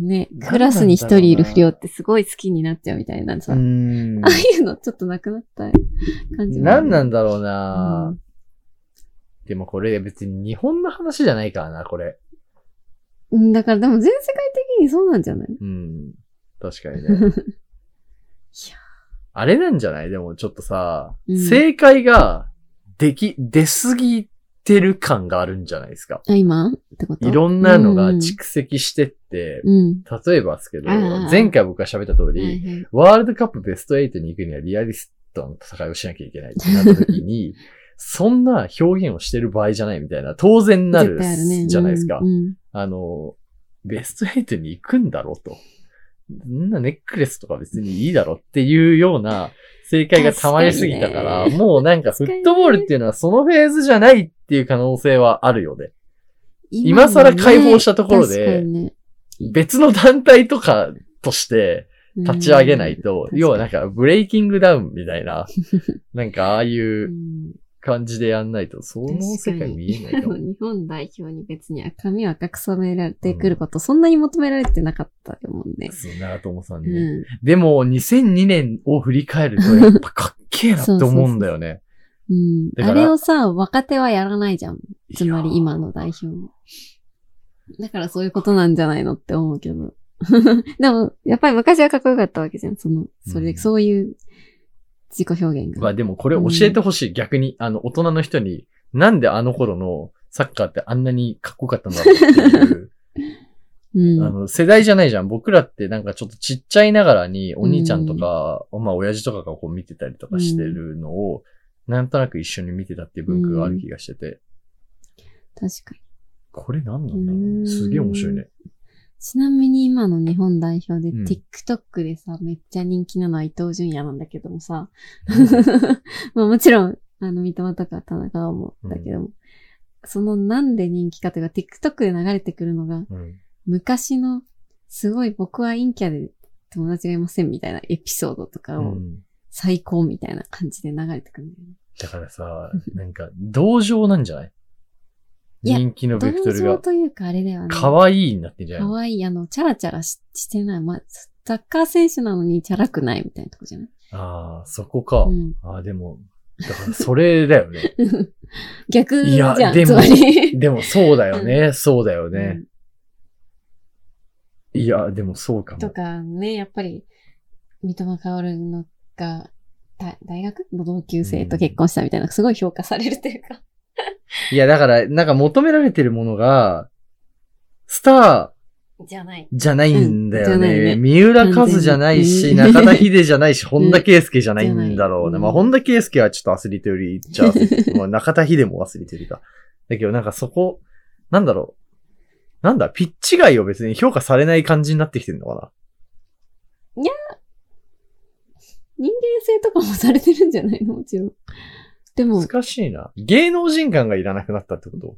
[SPEAKER 1] ね
[SPEAKER 2] なんなんだろう、な
[SPEAKER 1] クラスに一人いる不良ってすごい好きになっちゃうみたいなさ、
[SPEAKER 2] うー ん
[SPEAKER 1] ああいうのちょっとなくなった感じもある
[SPEAKER 2] 何なんだろうな、
[SPEAKER 1] うん
[SPEAKER 2] でもこれ別に日本の話じゃないからな、これ。
[SPEAKER 1] うんだからでも全世界的にそうなんじゃない
[SPEAKER 2] うん。確かに ね。あれなんじゃないでもちょっとさ、
[SPEAKER 1] うん
[SPEAKER 2] 正解ができ、出すぎてる感があるんじゃないですか。
[SPEAKER 1] あ、今ってこと
[SPEAKER 2] いろんなのが蓄積してって、
[SPEAKER 1] うん。
[SPEAKER 2] 例えばですけど
[SPEAKER 1] ああ、
[SPEAKER 2] 前回僕が喋った通り、
[SPEAKER 1] はいはい
[SPEAKER 2] ワールドカップベスト8に行くにはリアリスとあの戦いをしなきゃいけないってなった 時に、そんな表現をしてる場合じゃないみたいな、当然なる
[SPEAKER 1] 絶対あるね。
[SPEAKER 2] じゃないですか
[SPEAKER 1] うん。うん
[SPEAKER 2] あの、ベスト8に行くんだろうと。そんなネックレスとか別にいいだろうっていうような正解が溜まりすぎたから、
[SPEAKER 1] 確かに
[SPEAKER 2] もうなんかフットボールっていうのはそのフェーズじゃないっていう可能性はあるよね。今更解放したところ
[SPEAKER 1] 確
[SPEAKER 2] で
[SPEAKER 1] かにね
[SPEAKER 2] 別の団体とかとして立ち上げないと、
[SPEAKER 1] うん
[SPEAKER 2] 要はなんかブレイキングダウンみた いな、なんかああいううん感じでやんないと、その世界見えないかも。
[SPEAKER 1] 日本代表に別に赤みを赤く染められてくること、そんなに求められてなかったと思うんで。
[SPEAKER 2] そう長友さん
[SPEAKER 1] う
[SPEAKER 2] ね。
[SPEAKER 1] ん。
[SPEAKER 2] でも、2002年を振り返ると、やっぱかっけえなって思うんだよね。
[SPEAKER 1] うん。
[SPEAKER 2] だか
[SPEAKER 1] あ
[SPEAKER 2] ら
[SPEAKER 1] れをさ、若手はやらないじゃん。つまり今の代表も。だからそういうことなんじゃないのって思うけど。 でも、やっぱり昔はかっこよかったわけじゃん。その、それ、
[SPEAKER 2] うん
[SPEAKER 1] そういう自己表現
[SPEAKER 2] ま
[SPEAKER 1] が。
[SPEAKER 2] あでもこれ教えてほしい、逆に。あの、大人の人に、なんであの頃のサッカーってあんなにかっこよかったんだろうっていう。
[SPEAKER 1] うん。
[SPEAKER 2] あの、世代じゃないじゃん。僕らってなんかちょっとちっちゃいながらに、お兄ちゃんとか、まあ親父とかがこう見てたりとかしてるのを、なんとなく一緒に見てたっていう文化がある気がしてて、
[SPEAKER 1] 確かに。
[SPEAKER 2] これ何なんだろ
[SPEAKER 1] う
[SPEAKER 2] うんすげえ面白いね。
[SPEAKER 1] ちなみに今の日本代表で
[SPEAKER 2] うん
[SPEAKER 1] TikTok でさ、めっちゃ人気なのは伊東純也なんだけどもさ、 まあもちろん、あの、三笘とか田中碧もだけども、そのなんで人気かというか TikTok で流れてくるのが、
[SPEAKER 2] うん
[SPEAKER 1] 昔のすごい僕は陰キャで友達がいませんみたいなエピソードとか
[SPEAKER 2] う
[SPEAKER 1] を
[SPEAKER 2] ん
[SPEAKER 1] 最高みたいな感じで流れてくるんだよね。
[SPEAKER 2] だからさ、なんか、同情なんじゃない
[SPEAKER 1] いや
[SPEAKER 2] 人気のベクト
[SPEAKER 1] 同
[SPEAKER 2] ル
[SPEAKER 1] 情
[SPEAKER 2] が。
[SPEAKER 1] というかあれではね。
[SPEAKER 2] 可愛いになってんじゃ
[SPEAKER 1] か
[SPEAKER 2] ない
[SPEAKER 1] わいい。あの、チャラチャラししてない。まあ、サッカー選手なのにチャラくないみたいなとこじゃない
[SPEAKER 2] ああ、そこか。
[SPEAKER 1] うん。
[SPEAKER 2] ああ、でも、だからそれだよね。
[SPEAKER 1] 逆じゃん。
[SPEAKER 2] いやでも
[SPEAKER 1] つまり。
[SPEAKER 2] でもそうだよね。そうだよね。いや、でもそうか
[SPEAKER 1] うん
[SPEAKER 2] も。
[SPEAKER 1] とかね、やっぱり、三笘薫のが、大大学の同級生と結婚したみたいな、すごい評価されるというか。
[SPEAKER 2] いや、だから、なんか求められてるものが、スタ
[SPEAKER 1] じゃない。
[SPEAKER 2] ーじゃないんだよ
[SPEAKER 1] うんじゃない
[SPEAKER 2] ね。
[SPEAKER 1] ね
[SPEAKER 2] 三浦和じゃないし、
[SPEAKER 1] 完全に
[SPEAKER 2] 中田秀じゃ ないし、本田圭介じゃないんだろう
[SPEAKER 1] う
[SPEAKER 2] ね。
[SPEAKER 1] ん
[SPEAKER 2] まあ、本田圭介はちょっとアスリートより、じゃあ、まあ中田秀もアスリートよりか。だけど、なんかそこ、なんだろう。なんだ、ピッチ外を別に評価されない感じになってきてるのかな。
[SPEAKER 1] 人間性とかもされてるんじゃないのもちろん。でも、
[SPEAKER 2] 難しいな。芸能人感がいらなくなったってこと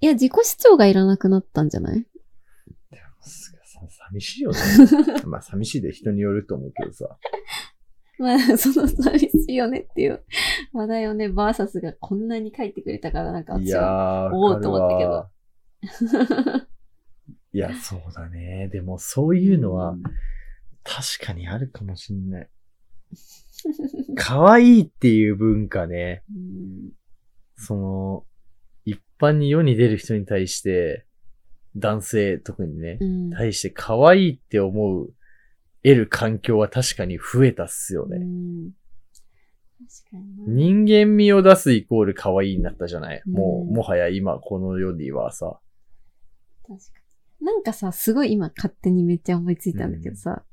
[SPEAKER 1] いや、自己主張がいらなくなったんじゃない
[SPEAKER 2] さ寂しい よね。まあ寂しいで人によると思うけどさ。
[SPEAKER 1] まあ、 その寂しいよねっていう話題をね、バーサスがこんなに書いてくれたから、なんか
[SPEAKER 2] い
[SPEAKER 1] 私
[SPEAKER 2] や
[SPEAKER 1] は。
[SPEAKER 2] ー、
[SPEAKER 1] おうと思ったけど
[SPEAKER 2] わかるわ。 いや、そうだね。でもそういうのは確かにあるかもしんない。可愛いっていう文化ね。
[SPEAKER 1] うん
[SPEAKER 2] その、一般に世に出る人に対して、男性特にね
[SPEAKER 1] う、ん。
[SPEAKER 2] 対して可愛いって思う、得る環境は確かに増えたっすよね。
[SPEAKER 1] うん確かにな。
[SPEAKER 2] 人間味を出すイコール可愛いになったじゃない、
[SPEAKER 1] うん
[SPEAKER 2] もう、もはや今この世にはさ。
[SPEAKER 1] 確かに。なんかさ、すごい今勝手にめっちゃ思いついたんだけどさ、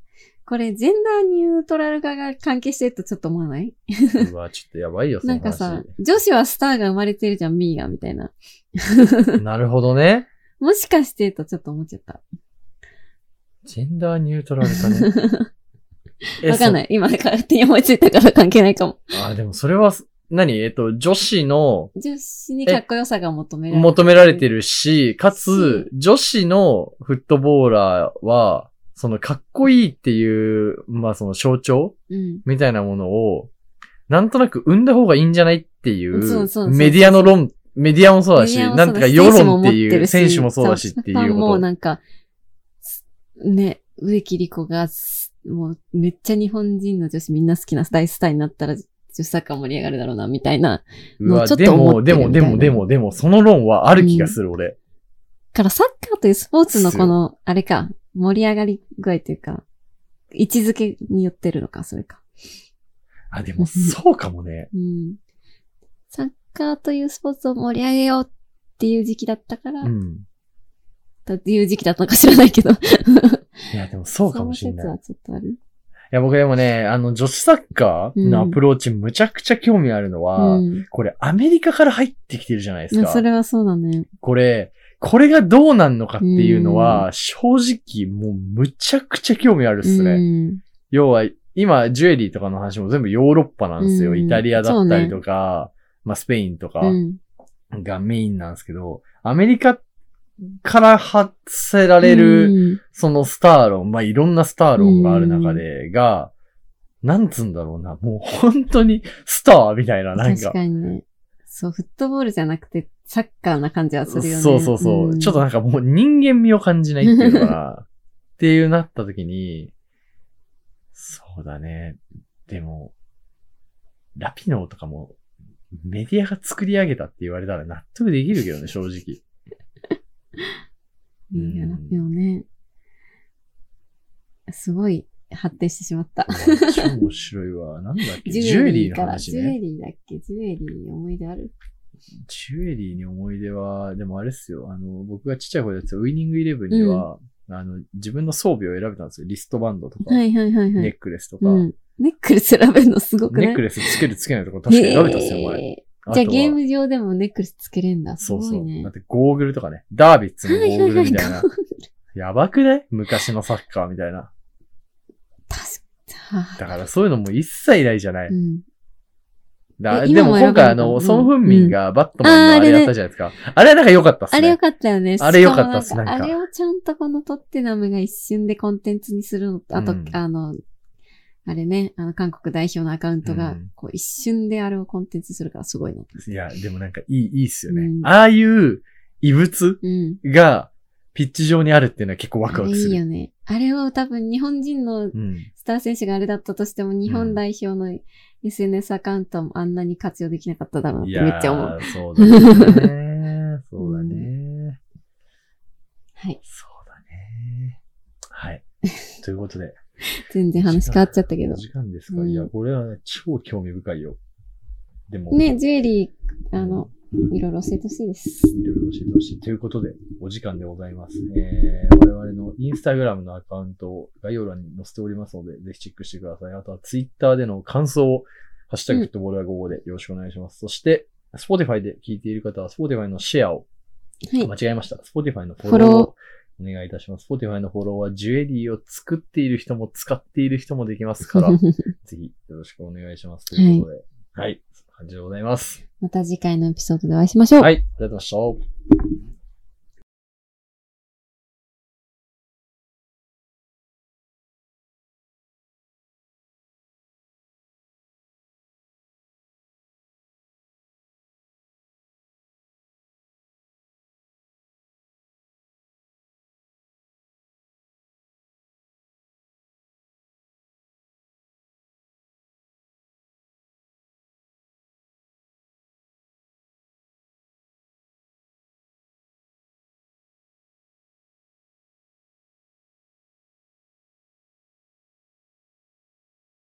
[SPEAKER 1] これ、ジェンダーニュートラル化が関係してるとちょっと思わないう
[SPEAKER 2] わ、ちょっとやばいよ、そ
[SPEAKER 1] な
[SPEAKER 2] の
[SPEAKER 1] んか
[SPEAKER 2] 話。
[SPEAKER 1] さ、女子はスターが生まれてるじゃん、ミーガみたいな。
[SPEAKER 2] なるほどね。
[SPEAKER 1] もしかしてとちょっと思っちゃった。
[SPEAKER 2] ジェンダーニュートラルかね。え
[SPEAKER 1] わかんない。今、勝手に思いついたから関係ないかも。
[SPEAKER 2] そあ、でもそれは、何えっと、女子の
[SPEAKER 1] 女子にかっこよさが求められ
[SPEAKER 2] 求められて
[SPEAKER 1] る。
[SPEAKER 2] るし、かつ、女子のフットボーラーは、そのかっこいいっていう、まあその象徴
[SPEAKER 1] うん。
[SPEAKER 2] みたいなものを、なんとなく生んだ方がいいんじゃないってい、
[SPEAKER 1] そうそうそうう
[SPEAKER 2] メディアの論、メディアもそうだし、
[SPEAKER 1] メディアもそうだ
[SPEAKER 2] なんとか世論っていう、選手もそうだしっていう
[SPEAKER 1] も
[SPEAKER 2] こ
[SPEAKER 1] う
[SPEAKER 2] と。
[SPEAKER 1] なんか、すね、植木理子がす、もうめっちゃ日本人の女子みんな好きな大スターになったら、女子サッカー盛り上がるだろうな、みたいな。
[SPEAKER 2] うわ、
[SPEAKER 1] もうちょっ
[SPEAKER 2] で
[SPEAKER 1] と思
[SPEAKER 2] も、
[SPEAKER 1] っ
[SPEAKER 2] で
[SPEAKER 1] てる
[SPEAKER 2] も、
[SPEAKER 1] み
[SPEAKER 2] で
[SPEAKER 1] たいな
[SPEAKER 2] も、でも、でも、その論はある気がする、俺。
[SPEAKER 1] からサッカーというスポーツのこの、あれか、盛り上がり具合というか、位置づけによってるのか、それか。
[SPEAKER 2] あ、でも、そうか もね。
[SPEAKER 1] うん。サッカーというスポーツを盛り上げようっていう時期だったから、
[SPEAKER 2] うん。
[SPEAKER 1] だっていう時期だったのか知らないけど。
[SPEAKER 2] いや、でも、そうかもしれ
[SPEAKER 1] そ
[SPEAKER 2] な
[SPEAKER 1] の
[SPEAKER 2] い。
[SPEAKER 1] 説はちょっとある。
[SPEAKER 2] や、僕でもね、あの、女子サッカーのアプローチ、むちゃくちゃ興味あるのは、
[SPEAKER 1] うん
[SPEAKER 2] これ、アメリカから入ってきてるじゃないです
[SPEAKER 1] まあ
[SPEAKER 2] か。
[SPEAKER 1] それはそうだね。
[SPEAKER 2] これ、これがどうなんのかっていうの
[SPEAKER 1] う
[SPEAKER 2] は、正直、もうむちゃくちゃ興味あるっすね。
[SPEAKER 1] うん
[SPEAKER 2] 要は、今、ジュエリーとかの話も全部ヨーロッパなんですよ。
[SPEAKER 1] うん
[SPEAKER 2] イタリアだったりとか、まあ、スペインとか
[SPEAKER 1] うん
[SPEAKER 2] がメインなんですけど、アメリカから発せられる、
[SPEAKER 1] うん
[SPEAKER 2] そのスター論、まあ、いろんなスター論がある中で、が、なんつうんだろうな、もう本当にスターみたいな、なん
[SPEAKER 1] 確
[SPEAKER 2] か。
[SPEAKER 1] かにね。そう、フットボールじゃなくて、サッカーな感じはするよね。
[SPEAKER 2] そうそうそう、
[SPEAKER 1] ん
[SPEAKER 2] ちょっとなんかもう人間味を感じないっていうの かな。っていうなった時に、そうだね。でも、ラピノーとかもメディアが作り上げたって言われたら納得できるけどね、正直。
[SPEAKER 1] いいよな
[SPEAKER 2] うん
[SPEAKER 1] でもね。すごい発展してしまった。
[SPEAKER 2] 超面白いわ。なんだっけ、
[SPEAKER 1] ジ
[SPEAKER 2] ジ
[SPEAKER 1] ュ
[SPEAKER 2] ュ
[SPEAKER 1] エ
[SPEAKER 2] エ
[SPEAKER 1] リ
[SPEAKER 2] リ
[SPEAKER 1] ー
[SPEAKER 2] ー
[SPEAKER 1] か
[SPEAKER 2] の
[SPEAKER 1] ら。
[SPEAKER 2] 話
[SPEAKER 1] ジュエ
[SPEAKER 2] ね。
[SPEAKER 1] リーだっけジュエリーに思い出ある
[SPEAKER 2] ジュエリーに思い出は、でもあれっすよ。あの、僕がちっちゃい頃やってたウィニングイレブンには、あの、自分の装備を選べたんですよ。リストバンドとか、
[SPEAKER 1] はいはいはいは
[SPEAKER 2] ネ
[SPEAKER 1] い。
[SPEAKER 2] ックレスとか。
[SPEAKER 1] うん、ネックレス選べるのすごくない
[SPEAKER 2] ネックレスつけるつけないとこ確かに選べたっすよ、前。
[SPEAKER 1] へーじゃあ
[SPEAKER 2] とは
[SPEAKER 1] ゲーム上でもネックレスつけれんだ。す
[SPEAKER 2] そう
[SPEAKER 1] ご
[SPEAKER 2] そ。
[SPEAKER 1] いうね
[SPEAKER 2] だっ。てゴーグルとかね、ダービッツのゴーグルみたい
[SPEAKER 1] は
[SPEAKER 2] な
[SPEAKER 1] は。は
[SPEAKER 2] やばくない昔のサッカーみたいな。
[SPEAKER 1] 確
[SPEAKER 2] だ
[SPEAKER 1] か
[SPEAKER 2] からそういうのも一切ないじゃない。
[SPEAKER 1] に。うん。
[SPEAKER 2] だ
[SPEAKER 1] え
[SPEAKER 2] で
[SPEAKER 1] 今
[SPEAKER 2] も
[SPEAKER 1] も選べる
[SPEAKER 2] 今
[SPEAKER 1] の
[SPEAKER 2] 回
[SPEAKER 1] か
[SPEAKER 2] あ
[SPEAKER 1] う
[SPEAKER 2] の、
[SPEAKER 1] ん
[SPEAKER 2] ソン・フンミンがバット
[SPEAKER 1] あー
[SPEAKER 2] マンのあ
[SPEAKER 1] あれ
[SPEAKER 2] れ
[SPEAKER 1] ね
[SPEAKER 2] やったじゃないですか。あれなんか良かったっすね。
[SPEAKER 1] あれよかったよね。
[SPEAKER 2] あれよかったっす
[SPEAKER 1] しもなん
[SPEAKER 2] なんか
[SPEAKER 1] あれをちゃんとこのトッテナムが一瞬でコンテンツにするのと、あと、
[SPEAKER 2] うん
[SPEAKER 1] あの、あれね、あの、韓国代表のアカウント
[SPEAKER 2] う
[SPEAKER 1] が
[SPEAKER 2] ん、
[SPEAKER 1] こう、一瞬であれをコンテンツするからすごいな。
[SPEAKER 2] いや、でもなんかいい、いいっすよね。
[SPEAKER 1] うん
[SPEAKER 2] ああいう異物
[SPEAKER 1] うん。
[SPEAKER 2] がピッチ上にあるっていうのは結構ワ
[SPEAKER 1] あ
[SPEAKER 2] クワ
[SPEAKER 1] れい
[SPEAKER 2] クす
[SPEAKER 1] い
[SPEAKER 2] る。
[SPEAKER 1] よね。あれを多分日本人の
[SPEAKER 2] うん。
[SPEAKER 1] スター選手があれだったとしても、日本代表の SNS アカウントもあんなに活用できなかっただろうなっ
[SPEAKER 2] い
[SPEAKER 1] て
[SPEAKER 2] や
[SPEAKER 1] めっちゃ思う。
[SPEAKER 2] ー、そうだね。そうだね。
[SPEAKER 1] はい。
[SPEAKER 2] そうだね。 はい。ということで。
[SPEAKER 1] 全然話変わっちゃったけど
[SPEAKER 2] お。時間ですか、
[SPEAKER 1] うん
[SPEAKER 2] いや、これはね、超興味深いよ。でも、
[SPEAKER 1] ね、ジュエリー、あの、いろいろ教えてほしいです。
[SPEAKER 2] いろいろ教えてほしい。ということで、お時間でございます。えー、我々のインスタグラムのアカウントを概要欄に載せておりますので、ぜひチェックしてください。あとはツイッターでの感想を、ハッシュタグ
[SPEAKER 1] うん
[SPEAKER 2] フットボールは午後でよろしくお願いします。そして、Spotify で聞いている方は、Spotify のシェアを
[SPEAKER 1] はい
[SPEAKER 2] 間。違えました。Spotify のフ
[SPEAKER 1] フォロ
[SPEAKER 2] ォロ
[SPEAKER 1] ー
[SPEAKER 2] ーをお願いいたします。Spotify のフォローはジュエリーを作っている人も使っている人もできます から、ぜひよろしくお願いします。ということで。はい。そんな感じでございます。
[SPEAKER 1] また次回のエピソードでお会いしましょう。
[SPEAKER 2] はい。ありがとうございました。